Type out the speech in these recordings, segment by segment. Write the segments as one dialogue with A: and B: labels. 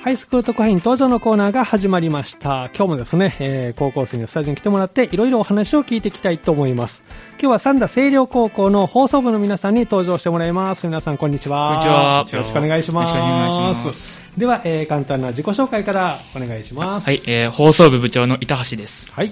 A: ハイスクール特派員登場のコーナーが始まりました。今日もですね、えー高校生にスタジオに来てもらって、いろいろお話を聞いていきたいと思います。今日は三田清涼高校の放送部の皆さんに登場してもらいます。皆さん、こんにちは。
B: こんにちは
A: よろしくお願いします。
B: よろしくお願いします
A: では、えー簡単な自己紹介からお願いします。
B: はい、えー放送部部長の板橋です。
A: はい。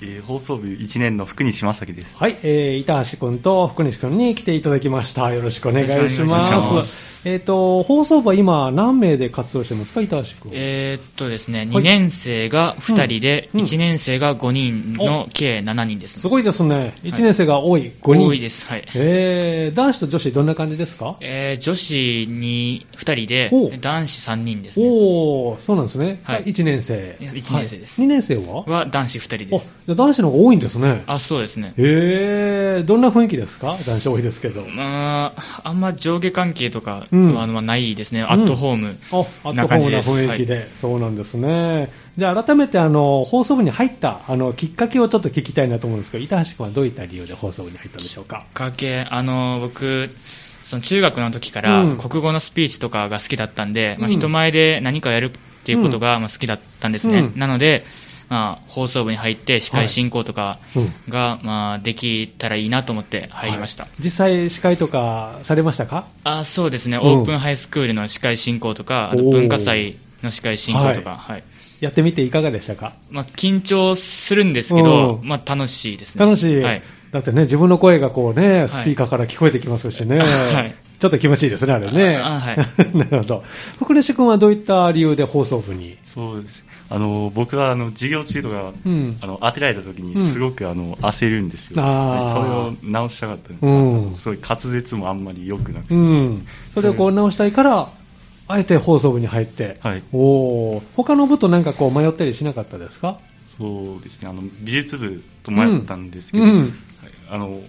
C: えー放送部1年の福西正樹です。
A: はい、えー、板橋くんと福西くんに来ていただきました。よろしくお願いします。
B: よろしくお願いしま
A: えっ、と、放送部は今何名で活動してますか、板橋くん。
B: えーっとですね、2年生が2人で、
A: うんうん
B: 1年生が5人の計7人です。
A: すごいですね。1年生が多い、5人。
B: 多いです。はい。
A: えー、男子と女子どんな感じですか、
B: えー女子に2
A: お
B: 人で、男子3人ですね。
A: おー、そうなんですね。
B: はい
A: 1年生。
B: いや一年生です
A: 2年生は
B: は男子2人
A: お
B: で
A: じ。ゃあ男子の方が多いんですね。
B: あ、そうですね。
A: えー、どんな雰囲気ですか男子多いですけど。
B: まあ、あんま上下関係とかは、
A: うん
B: あのまあないですね。アットホー
A: お
B: ム
A: ア
B: な
A: ットホー
B: 感
A: ム
B: じ
A: な
B: です。
A: 雰囲気で、そうなんですね。じゃあ改めてあの放送部に入ったあのきっかけをちょっと聞きたいなと思うんですけど、板橋君はどういった理由で放送部に入ったんでしょうか。
B: きっかけあの僕その中学の時から
A: うん
B: 国語のスピーチとかが好きだったんで、ま
A: う
B: あ、
A: ん
B: 人前で何かやるっていうことが、まあ、好きだったんですね、
A: うん
B: なので、まあ、放送部に入って司会進行とか
A: うん
B: が、まあ、できたらいいなと思って入りました、
A: はい実際司会とかされましたか。
B: あそうですね、
A: ん
B: オープンハイスクールの司会進行とかあと
A: おー
B: 文化祭の司会進行とか、
A: は
B: はい
A: やってみていかがでしたか。
B: まあ、緊張するんですけど
A: う、ん
B: まあ、楽しいですね
A: 楽しい。
B: はい、
A: だってね自分の声がこうねスピーカーから聞こえてきますしね。
B: はい
A: ちょっと気持ちいいですねあれね。
B: あはい
A: なるほど。福西君はどういった理由で放送部に。
C: そうです。あの、僕は、あの、授業中とか、
A: うん
C: あの、当てられた時に
A: うん
C: すごく、あの、焦るんですよ。で
A: あー
C: それを直したかったんです
A: うん
C: よあとすごい滑舌もあんまり良くなくて。
A: うん、それをこう直したいから、あえて放送部に入って、
C: はい
A: おー他の部となんかこう迷ったりしなかったですか
C: そうですね。あの、美術部と迷ったんですけど、
A: うんうん
C: はいあの、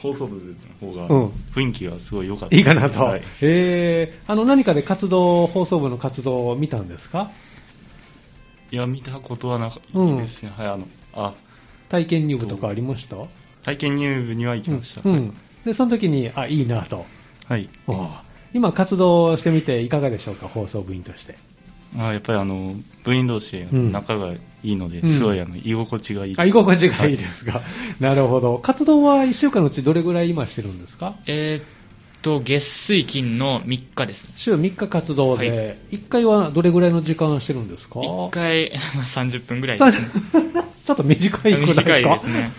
C: 放送部の方が
A: うん
C: 雰囲気がすごい良かった。
A: いいかなと、
C: はい
A: えーあの何かで活動、放送部の活動を見たんですか、
C: いや、見たことはなかった
A: うん
C: ですね。はい、あの、あ、
A: 体験入部とかありました、う
C: 体験入部には行きました。
A: んうんでその時に、あいいなと、
C: はい。
A: おー今、活動してみて、いかがでしょうか、放送部員として。
C: まあ、やっぱりあの部員同士
A: うん
C: 仲がいいので、
A: うん
C: すごいあの居心地がいい、
A: あ居心地がいいですが、なるほど、活動は1週間のうち、どれぐらい今してるんですか
B: えーっと月水金の3日ですね
A: 週3日活動
B: は
A: で、一1回はどれぐらいの時間してるんですか
B: 1回 まあ30分ぐらい
A: さ
B: で
A: ん
B: すね
A: ちょっと短いく
B: 短
A: らい
B: い
A: で
B: ですす
A: か
B: ね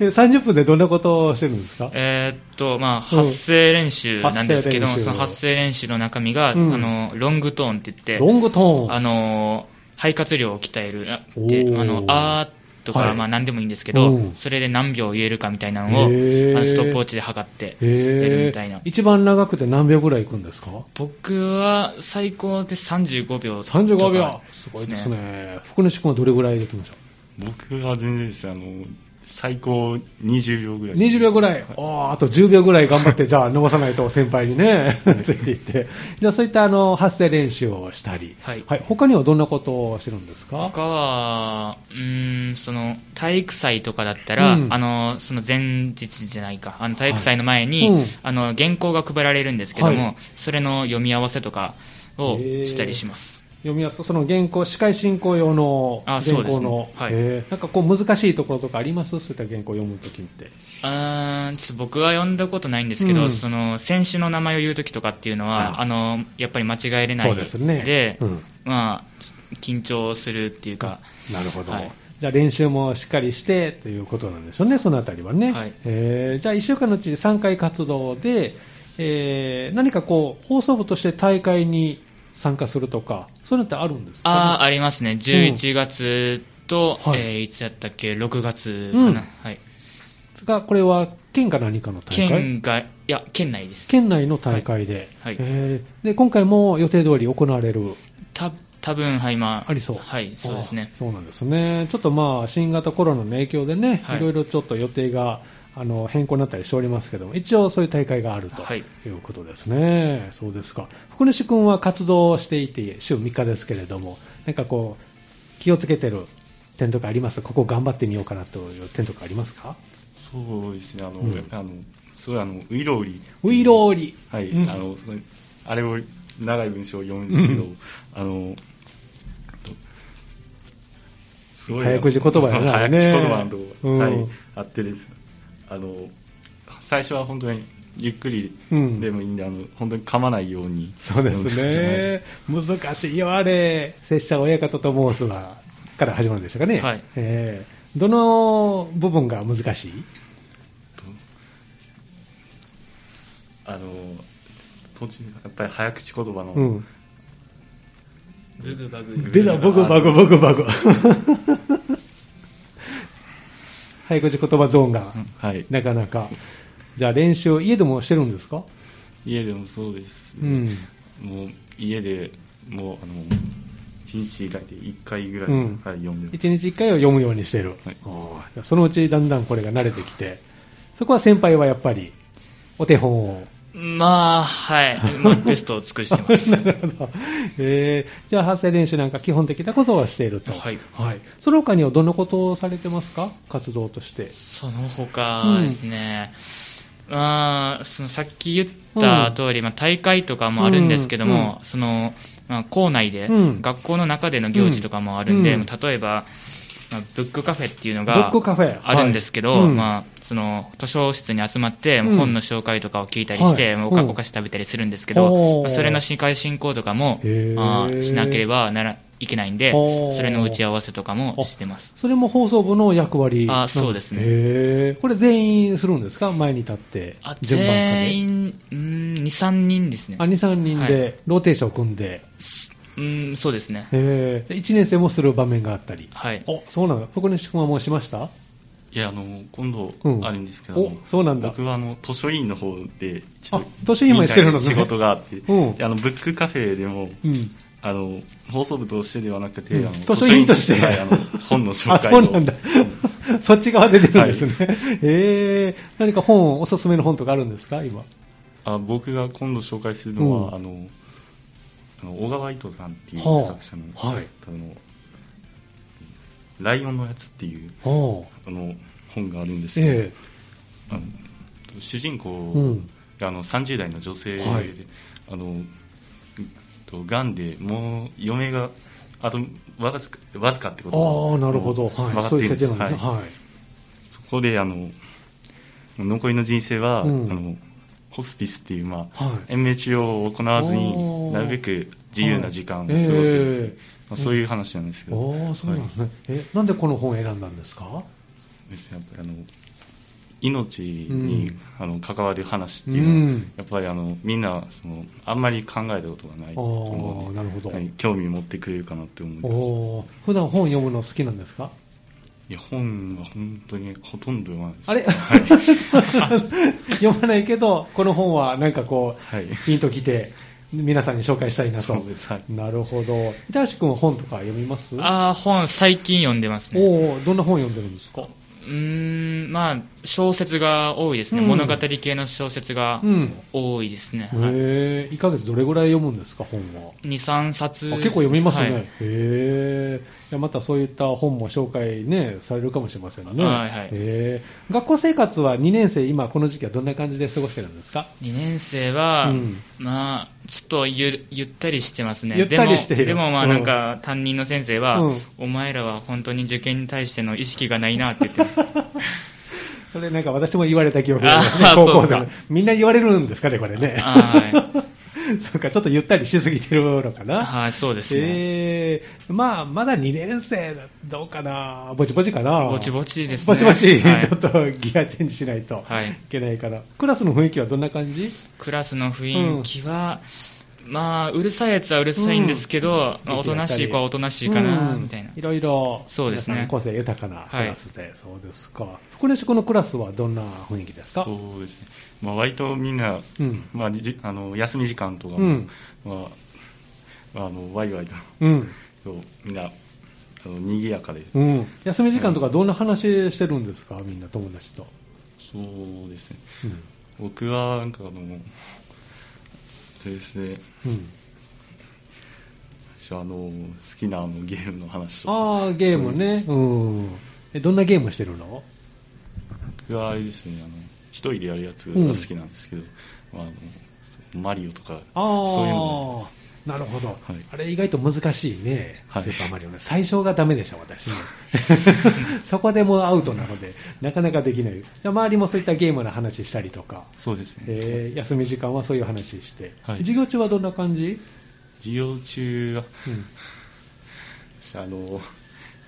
A: え30分でどんなことをしてるんですか
B: えーっとまあ発声練習なんですけど、
A: 発声練習
B: その発声練習の中身が、
A: うん
B: あのロングトーンって言って
A: ロングトー
B: あ
A: ン
B: の肺活量を鍛えるあ
A: お
B: で
A: ー
B: あのあーとか、
A: はい
B: まあ何でもいいんですけど
A: うん
B: それで何秒言えるかみたいなのをあ
A: へー
B: のストップウォッチで測ってやるみたいな
A: へー一番長くて何秒ぐらいいくんですか
B: 僕は最高で35秒とか
A: 35秒すごいですね福西君はどれぐらいできました
C: 僕は全然ですねあの最高20秒ぐらい
A: 20秒ぐらい、おーあと10秒ぐらい頑張って、じゃあ、伸ばさないと先輩に ね、ついていって、じゃあ、そういったあの発声練習をしたり、
B: はい
A: 他にはどんなことをしてるんですか、
B: 他は、うーん、その、体育祭とかだったら、
A: うん
B: あの、その前日じゃないか、あの、体育祭の前に、
A: はいうん
B: あの、原稿が配られるんですけども、
A: はい
B: それの読み合わせとかをしたりします。
A: 読みやすその原稿司会進行用の原
B: あそうで
A: 稿
B: すね
A: の、
B: はい
A: えーなんかこう難しいところとかありますそういった原稿を読むときって
B: あーちょっと僕は読んだことないんですけど、
A: うん
B: その、選手の名前を言うときとかっていうの
A: あ
B: は、あの、やっぱり間違えれない
A: そうですね
B: で
A: うん
B: まあ、緊張するっていうか、
A: なるほど、
B: はい
A: じゃあ練習もしっかりしてということなんでしょうねそのあたりはね、
B: はい
A: えーじゃあ1週間のうち3回活動で、えー何かこう放送部として大会に参加するとかそういうのってあるんですか
B: ああ、ありますね。11月と、
A: はい
B: い、えーいつやったっけ、6月かな。
A: うん
B: はい。
A: がこれは県か何かの大会
B: 県が、いや、県内です。
A: 県内の大会で,、
B: はいはい
A: えーで今回も予定通り行われる
B: た、多分はい、まあ。
A: ありそう。
B: はい、そうですね
A: ああ。そうなんですね。ちょっとまあ、新型コロナの影響でね、、
B: はいい
A: ろいろちょっと予定が、あの、変更になったりしておりますけども、一応そういう大会があると
B: はい
A: いうことですね。そうですか。福西君は活動していて、週3日ですけれども、なんかこう、気をつけてる点とかありますここ頑張ってみようかなという点とかありますか
C: そうですねあの、
A: うん
C: やっぱりあのすごいあのウイロウリ
A: ウイローリ。
C: はい、
A: うん
C: あのそのあれを長い文章を読むんですけど、あの、えっとすごい
A: 早口言葉やな
C: そう早口言葉と、
A: ねうん
C: はい、あってです。あの、最初は本当にゆっくり
A: うん
C: でもいいんで、あの、本当に噛まないように。
A: そうです
C: はい
A: ね。 難しいよ、あれ。拙者親方と申すは、から始まるんでしたかね。
B: はい
A: えーどの部分が難しい
C: あの、途中、やっぱり早口言葉の、
A: うん。
B: ググバグ
A: 出た、ボグバグボグバグ。早口言葉ゾーンが、
C: はい。
A: なかなか。じゃあ練習、家でもしてるんですか
C: 家でもそうです。
A: うん。
C: もう、家でもう、あの、1日以外で1回ぐらい、
A: うん
C: はい、読んでます。
A: 一日一回は読むようにしてる。
C: はい
A: おーそのうちだんだんこれが慣れてきて、そこは先輩はやっぱり、お手本を。
B: まあ はい、まあ、ベストを尽くしてます
A: なるほど。えー、じゃあ発声練習なんか基本的なことをしていると。
B: はい
A: その他にはどんなことをされてますか活動として。
B: その他ですね、まあ、そのさっき言った通り、まあ、大会とかもあるんですけども、そのまあ、校内で、
A: うん
B: 学校の中での行事とかもあるんで、
A: うん
B: まあ例えば、まあ、ブックカフェっていうの
A: ブ
B: が
A: ックカフェ。
B: あるんですけど、
A: はいうん
B: まあ、その図書室に集まって、
A: うん
B: 本の紹介とかを聞いたりして、
A: はい
B: まあおか
A: うん
B: お菓子食べたりするんですけ
A: ほ
B: ど、
A: う
B: まあそれの司会進行とかも
A: へー
B: あーしなければならいけないんで
A: ほう
B: それの打ち合わせとかもしてます
A: それも放送部の役割
B: あそうですね
A: へーこれ全員するんですか前に立って
B: あ。
A: 順番から
B: 全員23人ですね
A: あ、2、3人
B: は
A: で、ローテーションを組んで、
B: うんそうですね
A: へーで1年生もする場面があったり。
B: はい
A: お、そうなんだ。福西君はもうしました
C: いや、あの、今度
A: うん
C: あるんですけど、
A: お、そうなんだ。
C: 僕はあの図書委員の方でちょっ
A: あ
C: と
A: 図書委員もしてるのね
C: みんなで仕事があって、
A: うん
C: であのブックカフェでも
A: うん。
C: あの放送部としてではなくて、
A: うん
C: あの
A: 図書委員として
C: はいあの本の紹
A: あ、
C: 介を
A: そうなんだ。そっち側で出るんですね。ええ何か本、おすすめの本とかあるんですか今。
C: あ僕が今度紹介するのは、
A: うん
C: あのあの小川糸さんっていう
A: はあ
C: 作者の,、
A: はい
C: あの「ライオンのやつ」っていう
A: お
C: あの本があるんですけど、
A: え
C: あの主人公、
A: えうん。
C: あの30代の女性で、
A: はい
C: あのうんとがんでもう嫁があとわずかわずかってこと
A: ああ、なるほど。
C: 分
A: は
C: か
A: い。
C: っ
A: そ
C: て
A: うい
C: いうるん
A: 設定な
C: です
A: んですね。
C: はい
A: は
C: そこであの残りの人生は、
A: うん
C: あのホスピスっていう、まあ
A: い。はい。
C: 延命治療を行わず
A: おー
C: になるべく自由な時間を過ごせる、
A: え
C: まあ、そういう話なんですけ
A: え
C: ど、
A: ああ、そうなんですね。え、なんでこの本を選んだんですか
C: ですねやっぱりあの命に、
A: うん
C: あの関わる話って
A: う
C: いうのは、
A: ん。
C: やっぱりあのみんなそのあんまり考えたことがない
A: あ
C: と思うので
A: あ、なるほど。
C: はい、興味持ってくれるかなって思い
A: お
C: ます
A: おー普段本読むの好きなんですか
C: いや本は本当にほとんど読まないです
A: あれ、 読まないけど、この本はなんかこう、
C: はい
A: ピンときて、皆さんに紹介したいなと
C: そう。ですはい
A: なるほど。板橋君は本とか読みます
B: ああ本最近読んでますね
A: おおどんな本読んでるんですか
B: うーんまあ小説が多いですね、
A: うん
B: 物語系の小説が
A: うん。
B: 多いですね、はい
A: へえ、1ヶ月どれぐらい読むんですか、本は。
B: 23冊
A: あ結構読みますね。
B: はい
A: へえ。いやまたそういった本も紹介ね、されるかもしれませんね。
B: はいはい
A: へえ。学校生活は2年生、今この時期はどんな感じで過ごしてるんですか
B: 2年生は、
A: うん
B: まあ、ちょっとゆるゆったりしてますね
A: ゆったりしている
B: でもでもま
A: う
B: あ
A: ん
B: なんか担任の先生は、
A: うん
B: お前らは本当に受験に対しての意識がないなって言ってま した
A: それなんか私も言われた記憶がありますね
B: あ、ー
A: 高校
B: そう
A: 生
B: で
A: の。みんな言われるんですかね、これね。
B: は
A: そうか、ちょっとゆったりしすぎてるのか
B: い
A: な。
B: はいそうですね、
A: ええまあ、まだ2年生だ、どうかな、ぼちぼちかな。
B: ぼちぼちですね
A: ぼちぼち、
B: は い
A: ちょっとギアチェンジしないと
B: はい
A: いけないから。クラスの雰囲気はどんな感じ
B: クラスの雰囲気は、まあうるさいやつはうるさいんですけど、まあ、おとなしい子はおとなしいかな、
A: うん
B: みたいない
A: ろいろ、
B: そうですね
A: 皆さん個性豊かなクラスで、そうですか。福西君のクラスはどんな雰囲気ですか
C: そうですね、まあ、割とみんな、
A: うん。
C: まあ、じあの休み時間とかも、
A: うん。
C: まあ、あのワイワイと
A: うん。
C: そうみんなあの賑やかで、
A: うん。休み時間とかどんな話してるんですかみんな友達と。
C: そうですね
A: うん。
C: 僕はなんかあのそうですね
A: うん。
C: 私はあの好きなあのゲームの話とか
A: ああ、ゲームね。うん。え、どんなゲームしてるの
C: 僕はあれですねあの一人でやるやつが好きなんですけど、まあ、あのそうマリオとか
A: ああ
C: そういうの
A: なるほど、
C: はい
A: あれ意外と難しいね、
C: はい
A: スーパーマリオね最初がダメでした 私ねそこでもうアウトなのでなかなかできないじゃあ周りもそういったゲームの話したりとか、
C: そうですね、
A: えー休み時間はそういう話して、
C: はい
A: 授業中はどんな感じ、
C: 授業中は
A: うん
C: あの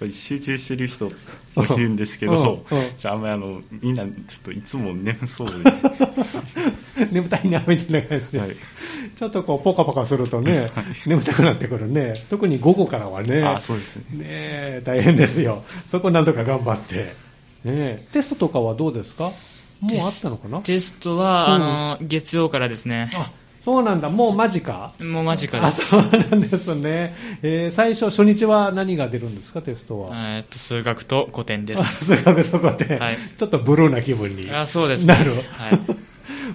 C: やっぱり集中してる人もいるんですけど、
A: うんうん
C: じゃああんまりあのみんなちょっといつも眠そう
A: 眠たいなみたいな感じ
C: で、
A: で、
C: はい、
A: ちょっとこうポカポカするとね、眠たくなってくるね特に午後からはね
C: あそうですね
A: ねえ大変ですよそこなんとか頑張って、ねえ、テストとかはどうですかもうあったのかな
B: テストは、
A: うん
B: あの月曜からですね
A: そうなんだもう間近
B: もう間近で
A: あ
B: す
A: そうなんですね、えー最初初日は何が出るんですかテストは、
B: えーっと数学と古典で
A: あ
B: す
A: 数学とかで、
B: はい
A: ちょっとブルーな気分に
B: あそうですね
A: なる
B: はい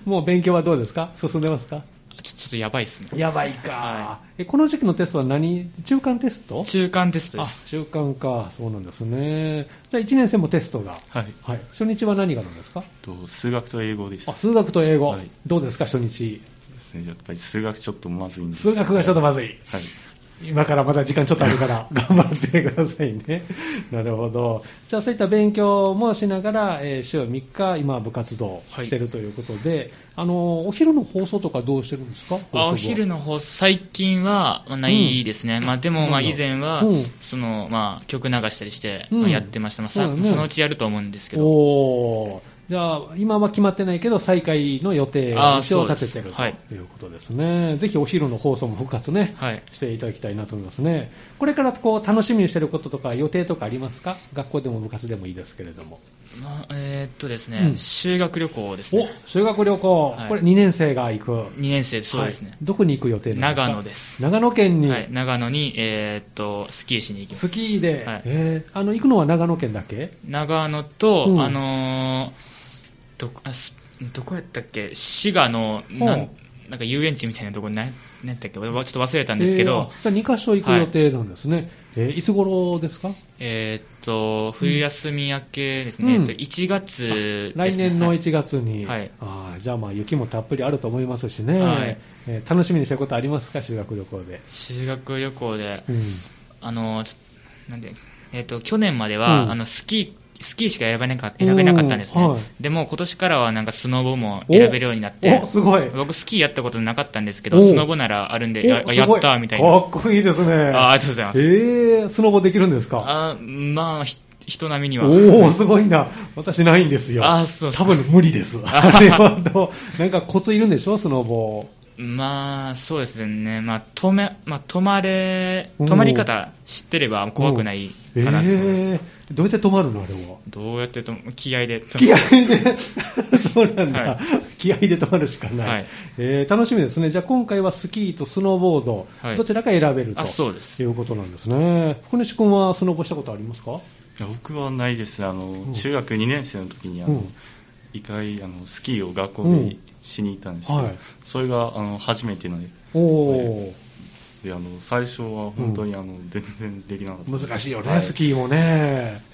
A: もう勉強はどうですか進んでますか
B: ちょちょっとやばいっすね
A: やばいか、えこの時期のテストは何中間テスト
B: 中間テストで
A: あ
B: す
A: 中間かそうなんですねじゃあ1年生もテストが、
C: はい
A: はい、初日は何がなんですか
C: と数学と英語です
A: あ数学と英語、
C: はい
A: どうですか初日
C: ですねやっぱり数学ちょっとまずいんです
A: 数学がちょっとまずい
C: はい
A: 今からまだ時間ちょっとあるから 頑張ってくださいねなるほどじゃあそういった勉強もしながら、えー週3日今部活動
B: はい
A: してるということで、あのお昼の放送とかどうしてるんですか
B: あお昼
A: の
B: の放送最近はまあないですね、まあ、でもま
A: そうな
B: あ
A: ん
B: 以
A: だ
B: 前は、
A: うん
B: そのまあ、曲流したりして、
A: うん
B: まあやってました、まあさ
A: そうだね
B: そのうちやると思うんですけど
A: おーじゃあ今は決まってないけど再開の予定を
B: あー
A: 一応
B: そうで
A: 立
B: す
A: ててる
B: はい
A: ということですね、ぜひお昼の放送も復活ね、
B: はい
A: していただきたいなと思いますねこれからこう楽しみにしてることとか予定とかありますか学校でも部活でもいいですけれども
B: まあえーっとですね、
A: うん
B: 修学旅行です
A: お
B: ね
A: 修学旅行、
B: はい
A: これ2年生が行く
B: 2年生そうですね
A: はい、どこに行く予定なんですか
B: 長野です
A: 長野県に、
B: はい、長野に、えーっとスキーしに行きます
A: スキーで、
B: はい
A: えーあの行くのは長野県だけ
B: 長野と、
A: うん
B: あのーどこあすどこやったっけ滋賀のな
A: うん
B: んなんか遊園地みたいなとこな何やったっけ俺はちょっと忘れたんですけ
A: えー
B: ど
A: あ、じゃあ2箇所行く予定なんですね、えーいつ頃ですか
B: えーっと冬休み明けですね、
A: うん
B: えーっと1月です、ね、
A: 来年の
B: はい
A: 1月に、
B: はい
A: あーじゃあまあ雪もたっぷりあると思いますしね、
B: はい
A: えー楽しみにしてることありますか修学旅行で、
B: 修学旅行で
A: うん、
B: あのーちょなんでえーっと去年までは、
A: うん
B: あのスキースキーしか選べなか選べなかったんですね、
A: うんはい
B: でも今年からはなんかスノボも選べるようになって
A: おすごい
B: 僕スキーやったことなかったんですけ
A: お
B: どスノボならあるんでや
A: おす
B: や
A: ご
B: ったみたいな
A: かっこいいですね
B: あありがとうございます、
A: えー、スノボできるんですか
B: あまあひ人並みには
A: おおすごいな私ないんですよ
B: あそうそ
A: 多
B: う
A: 分無理ですあれはどうなんかコツいるんでしょスノボ
B: まあそうですねまあ止め、まあ、止まれ
A: おー
B: 止まり方知ってれば怖くない
A: え
B: かなと思います、
A: ー、どうやって止まるのあれは
B: どうやってと気合で止
A: 気
B: め
A: 合で そうなんだ、
B: は
A: 気合で止まるしかない、
B: はい
A: えー楽しみですねじゃあ今回はスキーとスノーボード、
B: はい
A: どちらか選べると
B: あそうです
A: いうことなんですね福西君はスノボしたことありますか
C: いや僕はないですあの、中学2年生の時にあ
A: う
C: の、
A: ん
C: 一回あのスキーを学校
A: うん
C: でしに行ったんですけど、
A: はい
C: それがあの初めてなので
A: おお、
C: であの最初は本当にあの、全然できなかった
A: 難しいよね、
C: はい
A: スキーもね、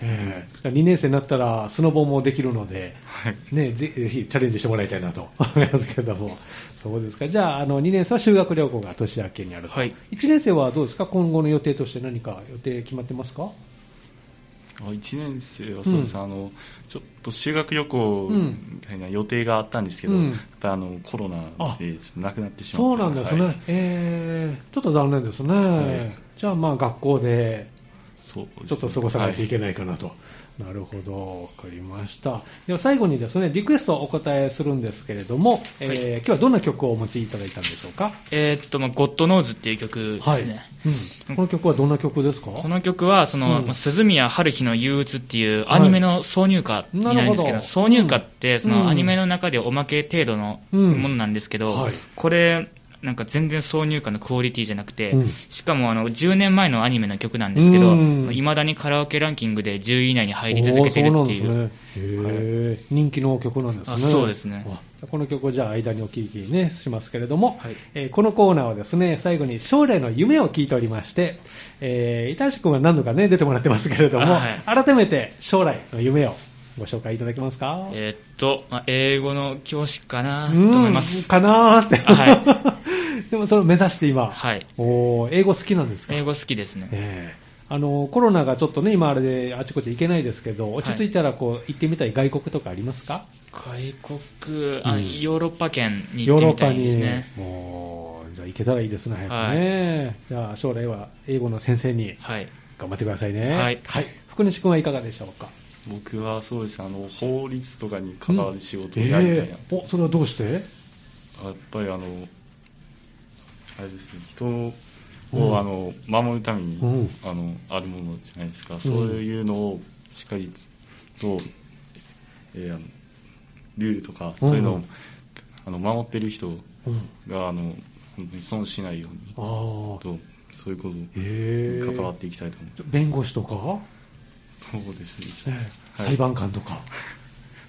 A: えー2年生になったらスノボもできるので、
C: はい
A: ね、ぜぜひチャレンジしてもらいたいなと 思いますけどもそうですかじゃああの2年生は修学旅行が年明けにあると、
B: はい
A: 1年生はどうですか今後の予定として何か予定決まってますか
C: あ一年生はそうです、あのちょっと修学旅行みたいな予定があったんですけど、
A: うん
C: やっぱあのコロナ
A: あ
C: でちょっとなくなってしま
A: そ
C: っ
A: う
C: て
A: なんですね、
C: はい
A: えーちょっと残念ですね、
C: は
A: じゃあまあ学校で
C: そうですね
A: ちょっと過ごさないといけないかなと、なるほどわかりましたでは最後にですねリクエストをお答えするんですけれども、えー今日はどんな曲をお持ちいただいたんでしょうか
B: えーっと、まあ、ゴッドノーズっていう曲で
A: はい、
B: すね、
A: うん、この曲はどんな曲ですか
B: この曲はその、
A: うん
B: まあ鈴宮春日の憂鬱っていうアニメの挿入歌になるんですけど,、
A: なるほど
B: 挿入歌ってそ
A: うん
B: のアニメの中でおまけ程度の
A: うん
B: ものなんですけど、
A: はい
B: これなんか全然挿入歌のクオリティじゃなくて、
A: うん
B: しかもあの10年前のアニメの曲なんですけど
A: うん
B: いま、未だにカラオケランキングで10位以内に入り続けてるってい
A: お
B: う
A: ーそうなんですねへー人気の曲なんですね
B: あそうですね
A: あこの曲をじゃあ間にお聴きねしますけれども、
B: はい
A: えーこのコーナーはですね最後に将来の夢を聞いておりまして、えー、板橋君は何度かね出てもらってますけれども、
B: あは
A: 改めて将来の夢をご紹介いただけますか
B: えーっと、まあ、英語の教師かなと
A: うん
B: 思 います。
A: かなーって。
B: は
A: でもそれを目指して今。
B: はい。
A: おー英語好きなんですか
B: 英語好きですね。
A: ええあのコロナがちょっとね、今あれであちこち行けないですけど、落ち着いたらこう、行ってみたい外国とかありますか
B: 外国、あ、
A: うん
B: ヨーロッパ圏に行
A: ヨー
B: って
A: ロッパ
B: みたいで
A: に。
B: すね。
A: もう、じゃあ行けたらいいですね、早くね。じゃあ将来は英語の先生に
B: はい。
A: 頑張ってくださいね。
B: はい
A: 福西君はいかがでしょうか
C: 僕はそうですねあの法律とかに関わる仕事をやりたい
A: え
C: な、
A: えお、それはどうして
C: やっぱりあのあれですね人を、
A: うん
C: あの守るために、
A: うん
C: あのあるものじゃないですか、そういうのをしっかりと、えーあのルールとかそういうのを、
A: うん
C: あの守ってる人
A: うん。
C: があの本当に損しないように
A: ああ。
C: とそういうこと
A: ええ
C: に関わっていきたいと思
A: 弁護士とか、
C: う、そうです
A: ね
C: ね、はい
A: 裁判官とか。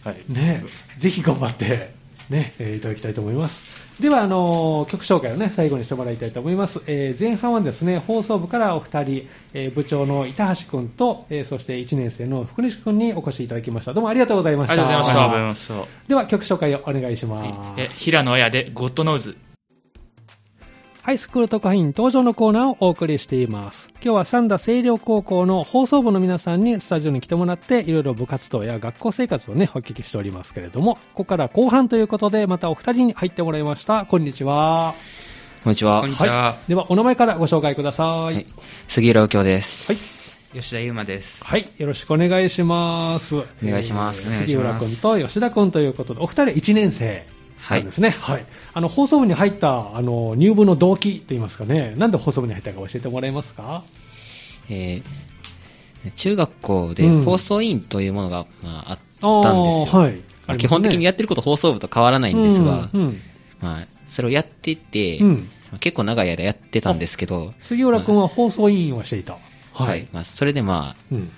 C: はい、
A: ね、ぜひ頑張って、ねえーいただきたいと思います。では、あのー曲紹介を、ね、最後にしてもらいたいと思います。えー前半はですね、放送部からお二人、えー部長の板橋君と、えーそして1年生の福西君にお越しいただきました。どうもありがとうございました。
B: ありがとうございました
C: ありがとうございました
A: では、曲紹介をお願いしま
B: はいえ
A: す。
B: 平野綾でゴッドノーズ。
A: ハイスクール特派員登場のコーナーをお送りしています。今日は三田清涼高校の放送部の皆さんにスタジオに来てもらって、いろいろ部活動や学校生活をね、お聞きしておりますけれども、ここから後半ということで、またお二人に入ってもらいました。こんにちは。
D: こんにちは。
E: こんにちは。
A: では、お名前からご紹介ください。
D: はい。杉浦右京です。
E: 吉田優馬です。
A: はい、よろしくお願いします。お
D: 願いします
A: 杉浦君と吉田君ということで、お二人は1年生なんですね。はい。あの、放送部に入った、あの、入部の動機といいますかね、なんで放送部に入ったか教えてもらえますか
D: えー中学校で
A: うん
D: 放送委員というものが、まあ、あ
A: あ
D: ったんですよ。
A: ーはい。
D: まあ基本的に
A: や
D: やってること放送部と変わらないんですが、
A: うんうん
D: まあ、それをやっていて、
A: うん
D: まあ結構長い間やってたんですけど、
A: 杉浦君は放送委員をしていた。
D: はい、
A: はい。
D: まあ、それでまあ、
A: うん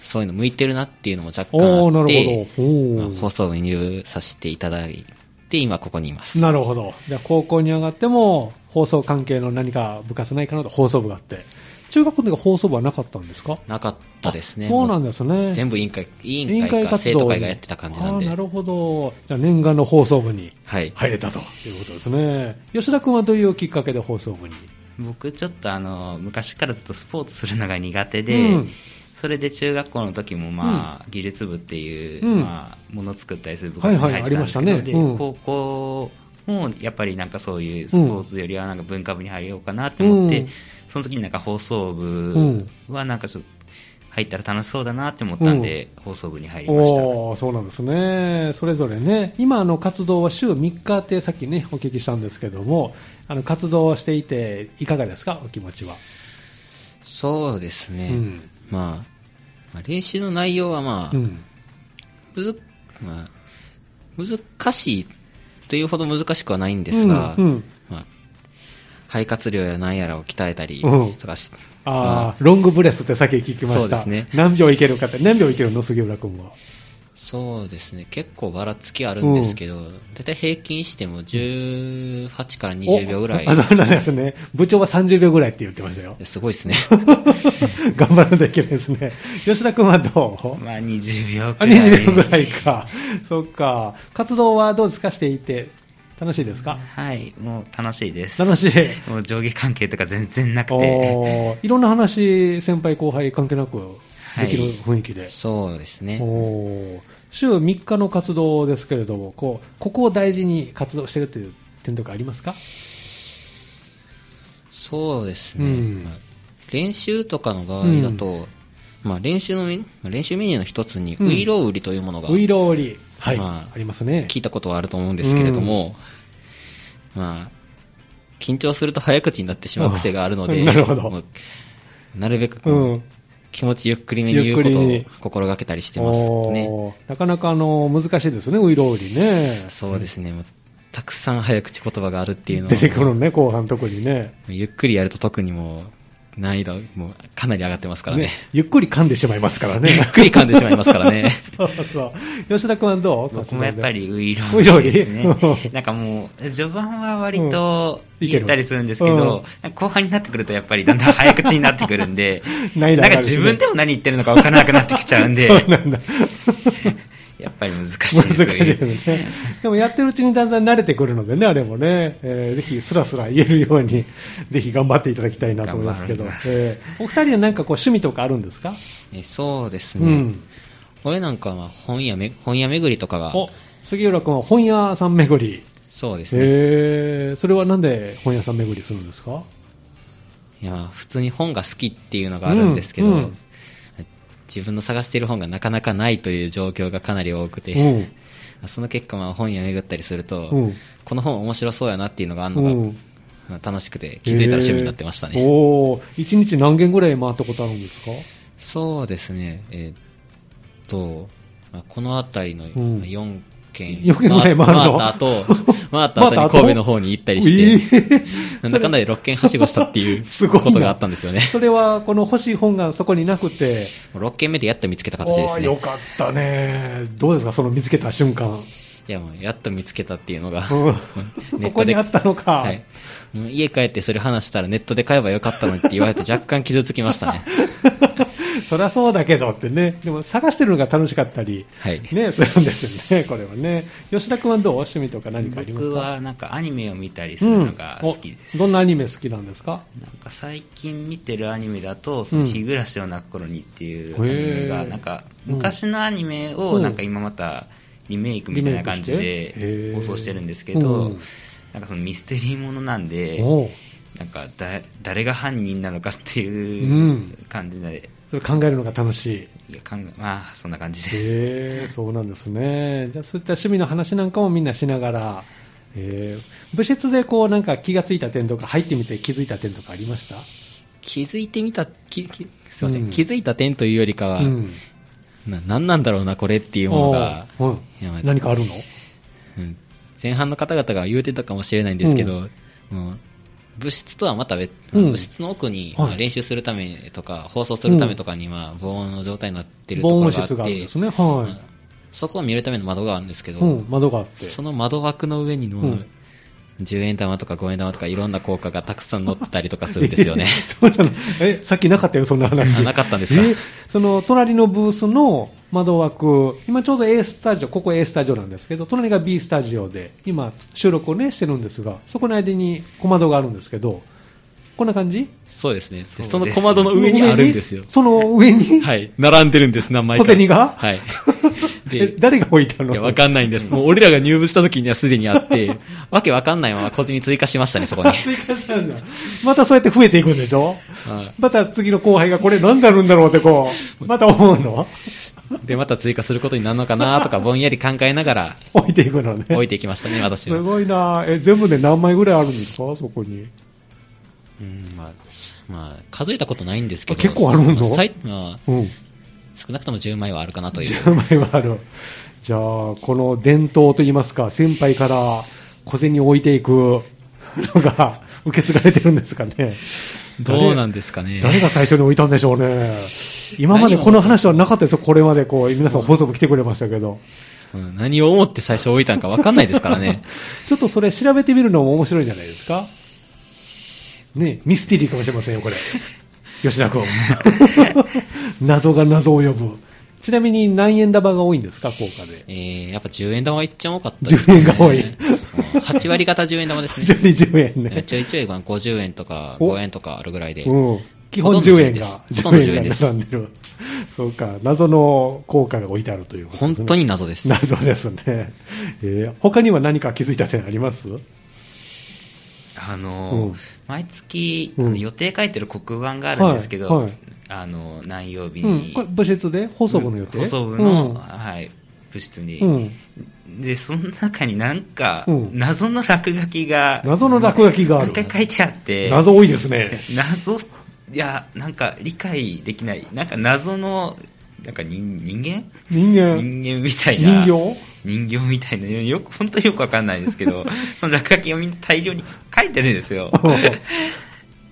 D: そういうの向いてるなっていうのも若干
A: おー
D: あっ
A: なる
D: て、
A: ほどおー
D: まあ放送部に入させていただいて、今ここにいます。
A: なるほど。じゃあ、高校に上がっても、放送関係の何か部活ないかなと放送部があって。中学校の時は放送部はなかったんですか
D: なかったですね。
A: そうなん
D: も
A: ですね。
D: う全部委員会、委員会か生徒会がやってた感じなん
A: あ
D: で
A: ーな。るほど。じゃあ、念願の放送部に
D: はい。
A: 入れたということですね。吉田君はどういうきっかけで放送部に
E: 僕ちょっとあの、昔からずっとスポーツするのが苦手で、
A: うん
E: それで中学校の時もまあ、技術部っていう、
A: うん
E: まあ、もの作ったりする部活に入ってたんですけど、
A: はいはいありましたねうん
E: で、高校もやっぱりなんかそういうスポーツよりはなんか文化部に入れようかなって思って、
A: うん
E: その時になんか放送
A: うん
E: 部はなんかちょっと入ったら楽しそうだなって思ったんで、放送部に入りました。
A: おーそうなんですね、それぞれね、今、あの活動は週3日って、さっきね、お聞きしたんですけども、あの活動をしていて、いかがですか、お気持ちは。
D: そうですね。
A: うん
D: まあ、まあ練習の内容はまあ、
A: うん、
D: むずまあ、難しいというほど難しくはないんですが、
A: うんうん
D: まあ、肺活量やなんやらを鍛えたり
A: うん
D: とかし、ま
A: あーロングブレスってさっき聞きました、
D: そうですね
A: 何秒いけるかって、何秒いけるの、杉浦君は。
D: そうですね、結構ばらつきあるんですけど、だいたい平均しても18から20秒ぐらい
A: おあ、そうなんですね、部長は30秒ぐらいって言ってましたよ、
D: すご いですね。
A: 頑張らなきゃいけないですね、吉田君はどう
E: まあ20秒
A: あ
E: くらい。
A: 20秒ぐらいか、そっか、活動はどうですか、していて、楽しいですか、
E: はい、もう楽しいです。
A: 楽しい。
E: もう上下関係とか全然なくて、
A: おーいろんな話、先輩後輩関係なく
E: はい
A: できる雰囲気で。
D: そうですね。
A: おー週3日の活動ですけれども、こう、ここを大事に活動してるという点とかありますか
D: そうですね、
A: うん
D: まあ練習とかの場合だと、まあ練習のメニュー、まあ練習メニューの一つに、
A: うん
D: ウイロウ売りというものが
A: ウイローリはい、
D: まあ
A: あ、りますね。
D: 聞いたことはあると思うんですけれども、まあ、緊張すると早口になってしまう癖があるの
A: う
D: で、
A: んなるほど
D: もうなるべくこう、
A: うん。
D: 気持ちゆっくりめに言うこ
A: ゆっ
D: と
A: くりに
D: を心がけたりしてますね。
A: おーなかなか、あの、難しいですね、ウイローリね。
D: そうですね、もうたくさん早口言葉があるっていうのは
A: 出てくるのね、後半特にね。
D: ゆっくりやると特にもう、難易度もうかなり上がってますからね。
A: ゆっくり噛んでしまいますからね。
D: ゆ っくり噛んでしまいますからね。
A: そうそう。吉田君はどう
E: 僕もやっぱ。りウイロ
A: ウイロイ
E: ですね
A: う。
E: なんかもう、序盤は割と
A: うんいける、
E: 言ったりするんですけど、なんか後半になってくるとやっぱりだんだん早口になってくるんで
A: 難易度上が
E: なんか
A: るしね
E: 自分でも何言ってるのか分からなくなってきちゃうん で、
A: そうなんだ。
E: やっぱり難しいで す
A: 難しい
E: よね
A: ですね。でもやってるうちにだんだん慣れてくるのでね、あれもね、えーぜひスラスラ言えるように、 ぜひ頑張っていただきたいなと思いますけど、
E: 頑張ります
A: えーお二人はなんかこう趣味とかあるんですか、
D: えそうです
A: う
D: ね。
A: ん。
D: 俺なんかは本屋め、本屋巡りとかが、
A: お、杉浦君は本屋さん巡り。
D: そうですね。
A: えー、それはなんで本屋さん巡りするんですか
D: いや、普通に本が好きっていうのがあるんですけど、
A: うんうん
D: 自分の探している本がなかなかないという状況がかなり多くて、
A: うん。
D: その結果、まあ本屋巡ったりすると、
A: うん
D: この本面白そうやなっていうのがあるのが、
A: うん
D: まあ楽しくて、気づいたら趣味になってました
A: え
D: ね。
A: ーおー一日何件ぐらい回ったことあるんですか
D: そうですね、えーっと、まあ、この辺りの
A: ん
D: 4件、
A: 4軒ぐらい回るの
D: 回った後、回った後に神戸の方に行ったりして、
A: て。えー
D: なんだかんだで6件はしごしたっていう
A: すごいな
D: ことがあったんですよね。
A: それはこの欲しい本がそこになくて、
D: 6件目でやっと見つけた形です
A: おーよ
D: ね。
A: かったね。どうですか、その見つけた瞬間。
D: いや、もうやっと見つけたっていうのが、
A: うん
D: ネ
A: こ
D: ッ
A: こ
D: ト
A: に
D: で
A: あったのか。
D: はい、もう家帰ってそれ話したらネットで買えばよかったのにって言われて若干傷つきました ね。
A: そりゃそうだけどってね。でも探してるのが楽しかったり、
D: はい
A: ね、するんですよね、これはね。吉田君はどう趣味とか何かありますか
E: 僕はなんかアニメを見たりするのが好きです。
A: うんおどんなアニメ好きなんですか
E: なんか最近見てるアニメだと「その日暮らしを泣く頃に」っていうアニメ
A: へ
E: が
A: ー
E: なんか昔のアニメを
A: うん
E: なんか今またリメイクみたいな感じ
A: リメイクしてへ
E: で
A: ー
E: 放送してるんですけ
A: う
E: ど
A: ん
E: なんかそのミステリーものなんで
A: おう
E: なんかだ誰が犯人なのかって
A: う
E: い
A: ん
E: う感じで
A: それ考えるのが楽しい。
E: いや考えまあそんな感じです。
A: へえそうなんですね。じゃあそういった趣味の話なんかもみんなしながら、えー、部室でこうなんか気がついた点とか入ってみて気づいた点とかありました
D: 気づいてみた、ききすいません、
A: うん
D: 気づいた点というよりかは、
A: うん。
D: な何なんだろうな、これっていうものが、
A: おう
D: いや
A: う
D: まあ
A: ん、何かあるの
D: うん前半の方々が言うてたかもしれないんですけど、
A: う
D: もう部室とはまた別、
A: うん
D: 部室の奥に、
A: はい
D: まあ練習するためとか、放送するためとかに、まあ、防音の状態になってると
A: 防
D: ころ
A: 音
D: が
A: 室が
D: あって、
A: あるんですね。
D: まあ
A: は
D: そこを見るための窓があるんですけど、
A: い。うん、窓があって。
D: その窓枠の上にも、
A: うん。
D: 10円玉とか5円玉とかいろんな効果がたくさん載ってたりとかするんですよね
A: そうなのえ、さっきなかったよ、そんな話。
D: あなかったんですか
A: えその、隣のブースの窓枠、今ちょうど A スタジオ、ここ A スタジオなんですけど、隣が B スタジオで、今、収録をね、してるんですが、そこの間に小窓があるんですけど、こんな感じ
D: そうですね。で
E: うです
D: その小窓の上にあるんですよ。
A: その上に、
D: はい。並んでるんです、名前
A: 小銭が
D: はい。
A: え
D: で、
A: 誰が置いたの
D: いや、わかんないんです。もう俺らが入部した時にはすでにあ って、わけわかんないまま小銭追加しましたね、そこに。
A: 追加したんだ。またそうやって増えていくんでしょ
D: は
A: また次の後輩がこれ何だるんだろうってこう、また思うの
D: で、また追加することになるのかなとか、ぼんやり考えながら
A: 置いていくのね。
D: 置いていきましたね、私は。
A: す
D: うん、
A: ごいなえ、全部で何枚ぐらいあるんですかそこに。
D: まあ、まあ、数えたことないんですけど。
A: あ結構あるの
D: まあ最まあ
A: うん。
D: 少なくとも10枚はあるかなという。
A: 10枚はある。じゃあ、この伝統といいますか、先輩から小銭を置いていくのが 受け継がれてるんですかね。
D: どうなんですかね。
A: 誰が最初に置いたんでしょうね。今までこの話はなかったですよ。これまでこう、皆さん放送部来てくれましたけど。
D: うん何を思って最初置いたんかわかんないですからね。
A: ちょっとそれ調べてみるのも面白いんじゃないですかねミステリーかもしれませんよ、 これ。吉田君。 謎が謎を呼ぶ。ちなみに何円玉が多いんですか、効果で
D: え。ー、やっぱ10円玉は一番多 かったです
A: 10
D: ね。
A: 円が多 い。
D: 8割方10円玉ですね。
A: 10円
D: えー
A: ね。
D: ちょいちょい50円とか
A: お
D: 5円とかあるぐらいで。
A: うん。基本
D: ほとん
A: 10
D: ど
A: 円
D: 10
A: が、
D: ですほとんど10
A: 10円
D: で
A: が
D: す
A: 並んでる。そうか、謎の効果が置いてあるということ
D: 本
A: ですね
D: 当に 謎です。
A: 謎ですね。えー他には何か気づいた点あります
E: あの、
A: うん
E: 毎月、
A: うん
E: あの予定書いてる黒板があるんですけど、
A: はいはい
E: あの何曜日
A: うん。
E: に、
A: これ、部室で放送部の予定
E: 放送部の、
A: うん
E: はい、部室に、
A: うん
E: でその中になんか、
A: うん
E: 謎の落書きが
A: 謎の落書きがある
E: 何回書いてあって
A: 謎多いですね。
E: 謎いやなんか理解できないなんか謎のなんか人人間
A: 人間、
E: 人間みたいな
A: 人形
E: 人形みたいなよく本当によくわかんないんですけ どその落書きをみんな大量に書いてるんですよ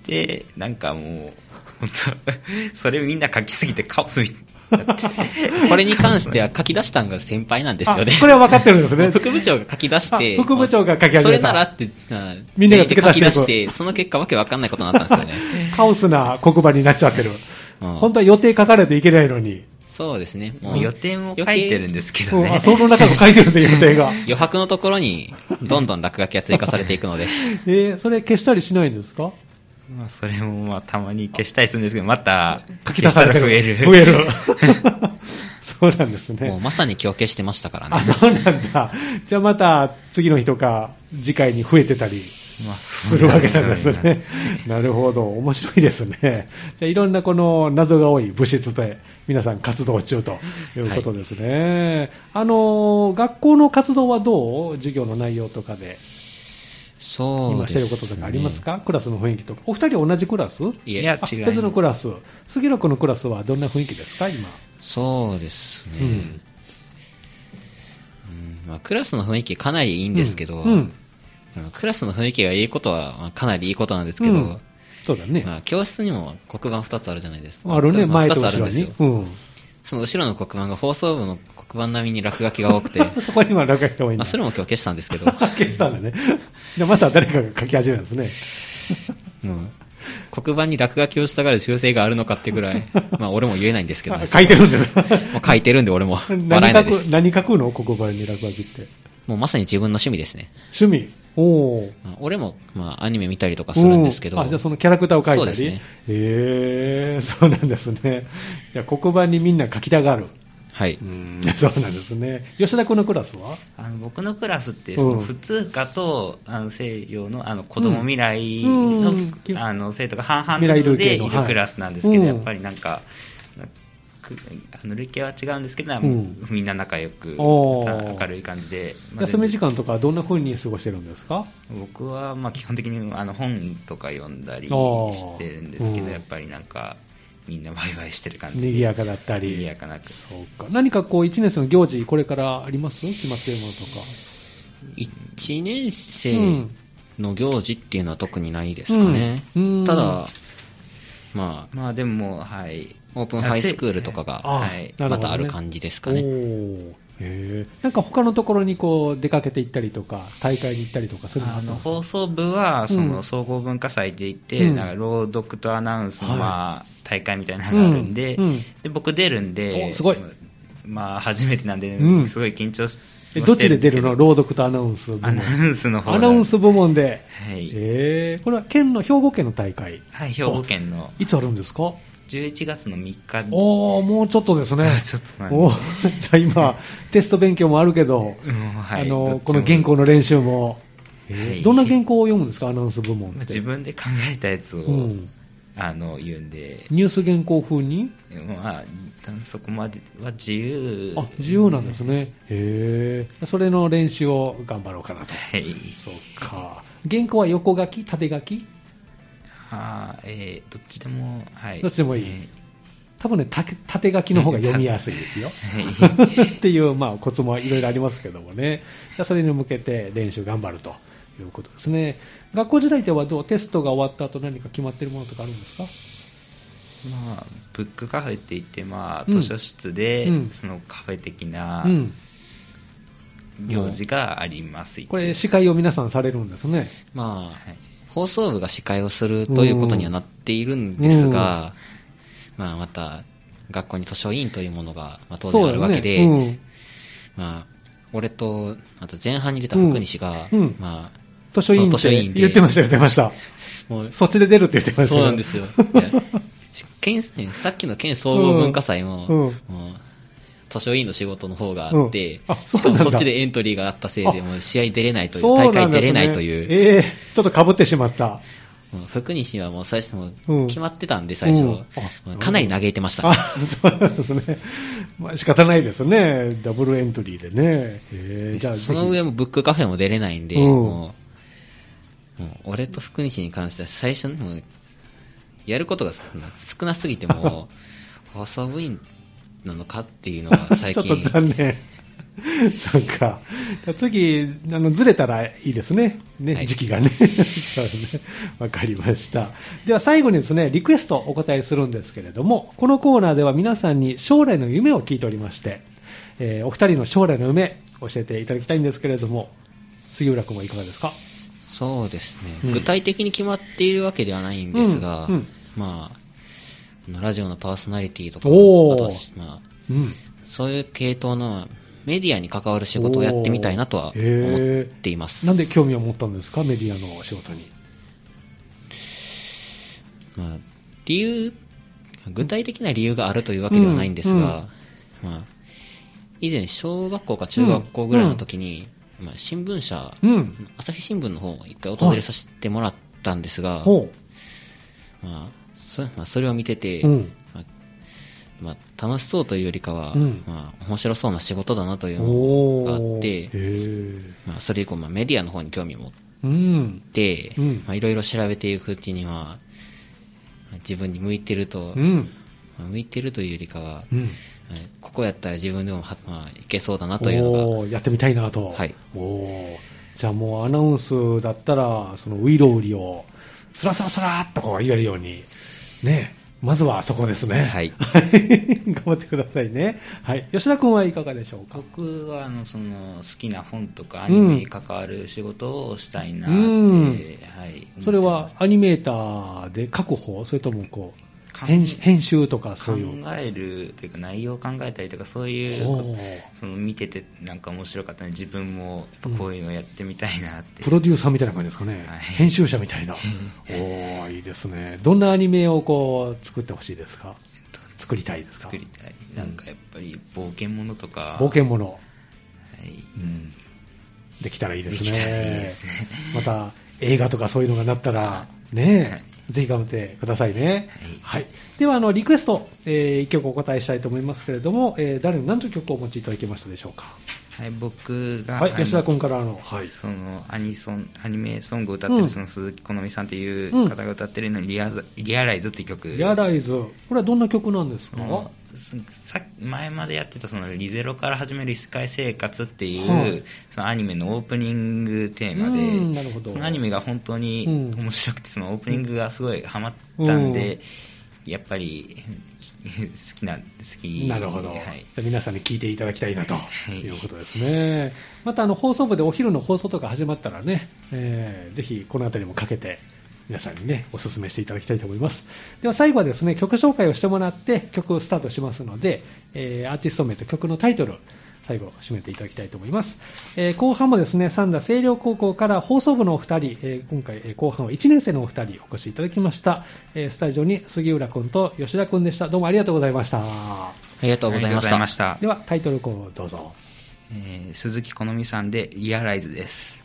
E: でなんかもう本当それみんな書きすぎてカオスみたいになって
D: これに関しては書き出したんが先輩なんですよね
A: あ。これは分かってるんですね。
D: 副部長が書き出して、
A: あ副部長が書き上げた
D: それならって、あ
A: みんなが付け
D: 全員
A: 足
D: で
A: し
D: 書
A: て
D: き
A: いく
D: 出して、その結果わけわかんないことになったんですよね。
A: カオスな黒板になっちゃってる。
D: うん
A: 本当は予定書かないといけないのに。
D: そうですね。も
E: もう
D: う
E: 予定も書いてるんですけ
A: う
E: ど
A: ん、
E: ね
A: あ、。その中も書いてるんで予定が。
D: 余白のところに、どんどん落書きが追加されていくので、
A: えー、それ消したりしないんですか
E: まあそれもまあたまに消したりするんですけど、また
A: 書き出されてる。
E: 消したら
A: 増
E: 増え
A: え
E: る。
A: る。 そうなんです
D: もう
A: ね。
D: まさに今日消してましたからね
A: あ、。そうなんだ。じゃあまた次の日とか次回に増えてたり
E: まあ
A: す
E: そ
A: る
E: う
A: わ
E: なん
A: け
E: です
A: な
E: よ
A: んですね。 なるほど。面白いですね。じゃあいろんなこの謎が多い物質で皆さん活動中ということですね。あのー、学校の活動はどう授業の内容とかで
D: そう
A: 今して
D: で
A: る
D: す、
A: こととかありますかクラスの雰囲気とか。お二人同じクラス
D: い
E: い
D: え
E: や、
A: あ
E: 違います
A: 別のクラス。杉浦君のクラスはどんな雰囲気ですか今。
D: そうですね。
A: う
D: うんんまあ、クラスの雰囲気かなりいいんですけど、
A: うんうん
D: うんクラスの雰囲気がいいことはまあかなりいいことなんですけど、
A: うんそうだね。
D: まあ、教室にも黒板2つあるじゃないですか。
A: あるね、
D: ま
A: 前と
D: 二つあ
A: 後
D: るん
A: ろ
D: です
A: に
D: よ。。
A: うん。
D: その後ろの黒板が放送部の黒板並みに落書きが多 くて、
A: そこには落書きが多いん
D: まあ、
A: だ。
D: それも今日消したんです けど、
A: 消したんだ ね。で、また誰かが書き始めるんですね。
D: うん黒板に落書きをしたがる習性があるのかってぐらい、まあ俺も言えないんですけど
A: あ
D: ね。
A: 書いてるんです。
D: もう書いてるんで 俺も笑えな
A: 何
D: い
A: 書
D: で
A: く、
D: す。
A: 何書くの黒板に落書きって。
D: もうまさに自分の趣味ですね。
A: 趣味。おー
D: まあ俺も、まあアニメ見たりとかするんですけど、
A: うあ、じゃあそのキャラクターを書い
D: そう
A: た
D: で
A: り。
D: すね
A: えー、そうなんですね。じゃあ黒板にみんな書きたがる。
D: はい。
A: そうなんですね。吉田君のクラスは
E: あの僕のクラスってその普通科と、あの西洋のあの子供未来の,、
A: うんうん
E: あの生徒が半々
A: 未来類
E: ずつで
A: 型
E: い
A: の
E: る
A: はい
E: クラスなんですけど、
A: うん
E: やっぱりなんかなんかくあの類型は違うんですけど、
A: ん
E: みんな仲良く
A: おー
E: 明るい感じで、まあ
A: 休み時間とかどんな風に過ごしてるんですか
E: 僕はまあ基本的にあの本とか読んだり
A: あー
E: してるんですけど、
A: うん
E: やっぱりなんかみんなワイワイしてる感じで
A: 賑やかだったり。
E: 賑やかなく
A: そうか。何かこう、一年生の行事、これからあります決まってるものとか。
D: 1年
A: う
D: 生
A: ん
D: の行事っていうのは特にないですかね。
A: うんうん
D: ただ、まあ、
E: まあでももうはい
D: オープンハイスクールとかが、
A: あ
E: はい
A: なるほどね
D: またある感じですかね。
A: おーへーなんか他のところにこう、出かけて行ったりとか、大会に行ったりとか、そういうの
E: あの
A: も
E: 放送部はそ
A: うん
E: の総合文化祭で行って、
A: うん
E: なんか朗読とアナウンスの
A: はい
E: まあ大会みたいな
A: あった
E: のがあるんで,、
A: うんうん
E: で僕出るんで
A: おすごい
E: まあ、初めてなんで、
A: うん
E: すごい緊張し
A: え
E: も
A: どっ
E: して
A: ちで
E: ん
A: 出
E: すけ
A: る
E: ど
A: の朗読とアナウンス部
E: ア
A: 門。
E: ナウンスの方
A: アナウンス部門で。
E: はい、
A: えーこれは県の、兵庫県の大会。
E: はい、兵庫県の
A: いつあるんですか
E: 11月の3日で
A: おー、もうちょっとですね。
E: ちょっとなんで
A: おーじゃあ今、テスト勉強もあるけど、
E: うんは
A: あ
E: いどっち
A: の
E: も
A: この原稿の練習も、
E: はい
A: どんな原稿を読むんですか、アナウンス部門っ
E: まあ
A: て。
E: 自分で考えたやつを、
A: うん
E: あの言うんで
A: ニュース原稿風に、
E: まあそこまでは自由
A: あ自由なんですね、へえ、それの練習を頑張ろうかなと、
E: はい
A: そうか、原稿は横書き、縦書き、
E: あーえーどっちでも、はい。
A: どっちでもいい
E: え
A: 多分ね、縦縦書きの方が読みやすい ですよ。
E: ーはい
A: っていう、まあ、コツもいろいろありますけどもね、それに向けて練習頑張るということですね。学校時代ではどうテストが終わった後何か決まってるものとかあるんですか
E: まあ、ブックカフェって言って、まあ、
A: うん
E: 図書室で、
A: うん
E: そのカフェ的な
A: うん。
E: 行事があります、一応
A: これ、司会を皆さんされるんですね。
D: まあ、
E: はい
D: 放送部が司会をするということにはなっているんですが、まあまた、学校に図書委員というものが、まあ、当然あるわけで、
A: そうだよね
D: まあ、俺と、あと前半に出た福西が、
A: うんうん
D: まあ、
A: うん。図書委員
D: そう図書委
A: っ
D: 員
A: て
D: で
A: 言ってました、言ってました。
D: もう、
A: そっちで出るって言ってました
D: そ
A: よ
D: うなんで すよ。いやし県さっきの県総合文化祭も、
A: うんうん
D: もう図書委員の仕事の方があって、
A: うんあそ
D: し
A: うな
D: か
A: んだ
D: もそっちでエントリーがあったせいで、もう試合出れないという、
A: そう
D: 大
A: な
D: 会
A: ん
D: 出
A: ですね
D: れないという、
A: ええちょっとかぶってしまった。
D: もう福西はもう最初、も
A: うん
D: う決まってたんで最初、
A: うん
D: もうかなり嘆いてましたね、
A: あ、そうなんですね。まあ仕方ないですね。ダブルエントリーでね。ええじゃあ、
D: その上もブックカフェも出れないんで、
A: うん
D: もう、もう俺と福西に関しては最初にもうやることが少な すぎてもう、放送部員なのかっていうのは
A: ぜ
D: 最
A: ひちょっと
D: 近、
A: 残念。そうか。次、あの、ずれたらいいですね。ね、
D: はい
A: 時期がね。 そうね。わかりました。では最後にですね、リクエストお答えするんですけれども、このコーナーでは皆さんに将来の夢を聞いておりまして、えーお二人の将来の夢、教えていただきたいんですけれども、杉浦君はいかがですか
D: そうですね、
A: うん
D: 具体的に決まっているわけではないんですが、
A: うんうん
D: まああの、ラジオのパーソナリティとか、あ
A: おー
D: とは、まあ、
A: うん。
D: そういう系統のメディアに関わる仕事をやってみたいなとは
A: おーへ
D: 思
A: ー
D: っています。
A: なんで興味を持ったんですか、メディアのお仕事に。
D: まあ、理由、具体的な理由があるというわけではないんですが、まあ、以前、小学校か中学校ぐらいの時に、まあ、新聞社、
A: うん。
D: 朝日新聞の方を一回訪れさせてもらったんですが、
A: ほ
D: まあそまあ、それを見てて、
A: うん
D: まあまあ、楽しそうというよりかは、
A: うん。
D: まあ、面白そうな仕事だなといううのがあっ
A: へ
D: て、
A: え。
D: まあ、それ以降、まあ、メディアの方に興味を持っ
A: うん。
D: て、
A: うん
D: まあ、いろいろ調べていくうちには、まあ自分に向いてると、
A: うん。
D: まあ向いてるというよりかは、
A: うん。
D: はいここやったら自分でもは、まあ、いけそうだなというのが、
A: おーやってみたいなと、
D: はい
A: おーじゃあもうアナウンスだったらそのウイロウリをスラスラスラっとこう言えるようにねまずはそこですね
D: はい
A: 頑張ってくださいね、はい、吉田君はいかがでしょうか
E: 僕はあのその好きな本とかアニメに関わる仕事をしたいなって、
A: うん
E: はい、
A: それ
E: 思っ
A: は
E: て
A: アニメーターで書く方それともこう
E: かん
A: 編編集とかそういう
E: ます考えるというか内容を考えたりとかそういう
A: おー
E: その見ててなんか面白かったので自分もやっぱこういうのやってみたいなって、
A: プロデューサーみたいな感じですかね、
E: はい
A: 編集者みたいなおーいいですねどんなアニメをこう作ってほしいですか作りたいですか
E: 作りたいなんかやっぱり冒険ものとか
A: 冒険者
E: はい
C: うん
A: できたらいいです
E: できたらいい
A: ね
E: ですね
A: また映画とかそういうのがなったら
E: は
A: ね
E: い
A: えぜひ頑張ってくださいね、はいではあのリクエスト、え1曲お答えしたいと思いますけれども、えー誰の何という曲をお持ちいただけましたでしょうか
E: はい、僕が、
A: はい
E: あの
A: 吉田君からのはい
E: そのアニソンアニメソングを歌って
A: うん
E: るその鈴木好美さんという方が歌ってるのにリアザ「リアライズ」っていう曲
A: リアライズこれはどんな曲なんですか、
E: のそさ前までやってたその「リゼロから始める異世界生活」っていう、
A: はい
E: そのアニメのオープニングテーマ
A: うんなるほ
E: で
A: ど
E: そのアニメが本当に
A: うん
E: 面白くてそのオープニングがすごいハマったんで、やっぱり好きな好き
A: なるほど、
E: はい、
A: じゃあ皆さんに聞いていただきたいなと
E: い
A: いうことですね、またあの放送部でお昼の放送とか始まったらね、えーぜひこの辺りもかけて皆さんにねお勧めしていただきたいと思いますでは最後はですね曲紹介をしてもらって曲をスタートしますので、えーアーティスト名と曲のタイトル最後締めていただきたいと思います、えー後半もですね三田清涼高校から放送部のお二人、えー今回、えー後半は1年生のお二人お越しいただきました、えースタジオに杉浦君と吉田君でしたどうもありがとうございました
D: ありがとうございました。
E: た
A: ではタイトルコールをどうぞ
E: えー鈴木好美さんで「リアライズ」です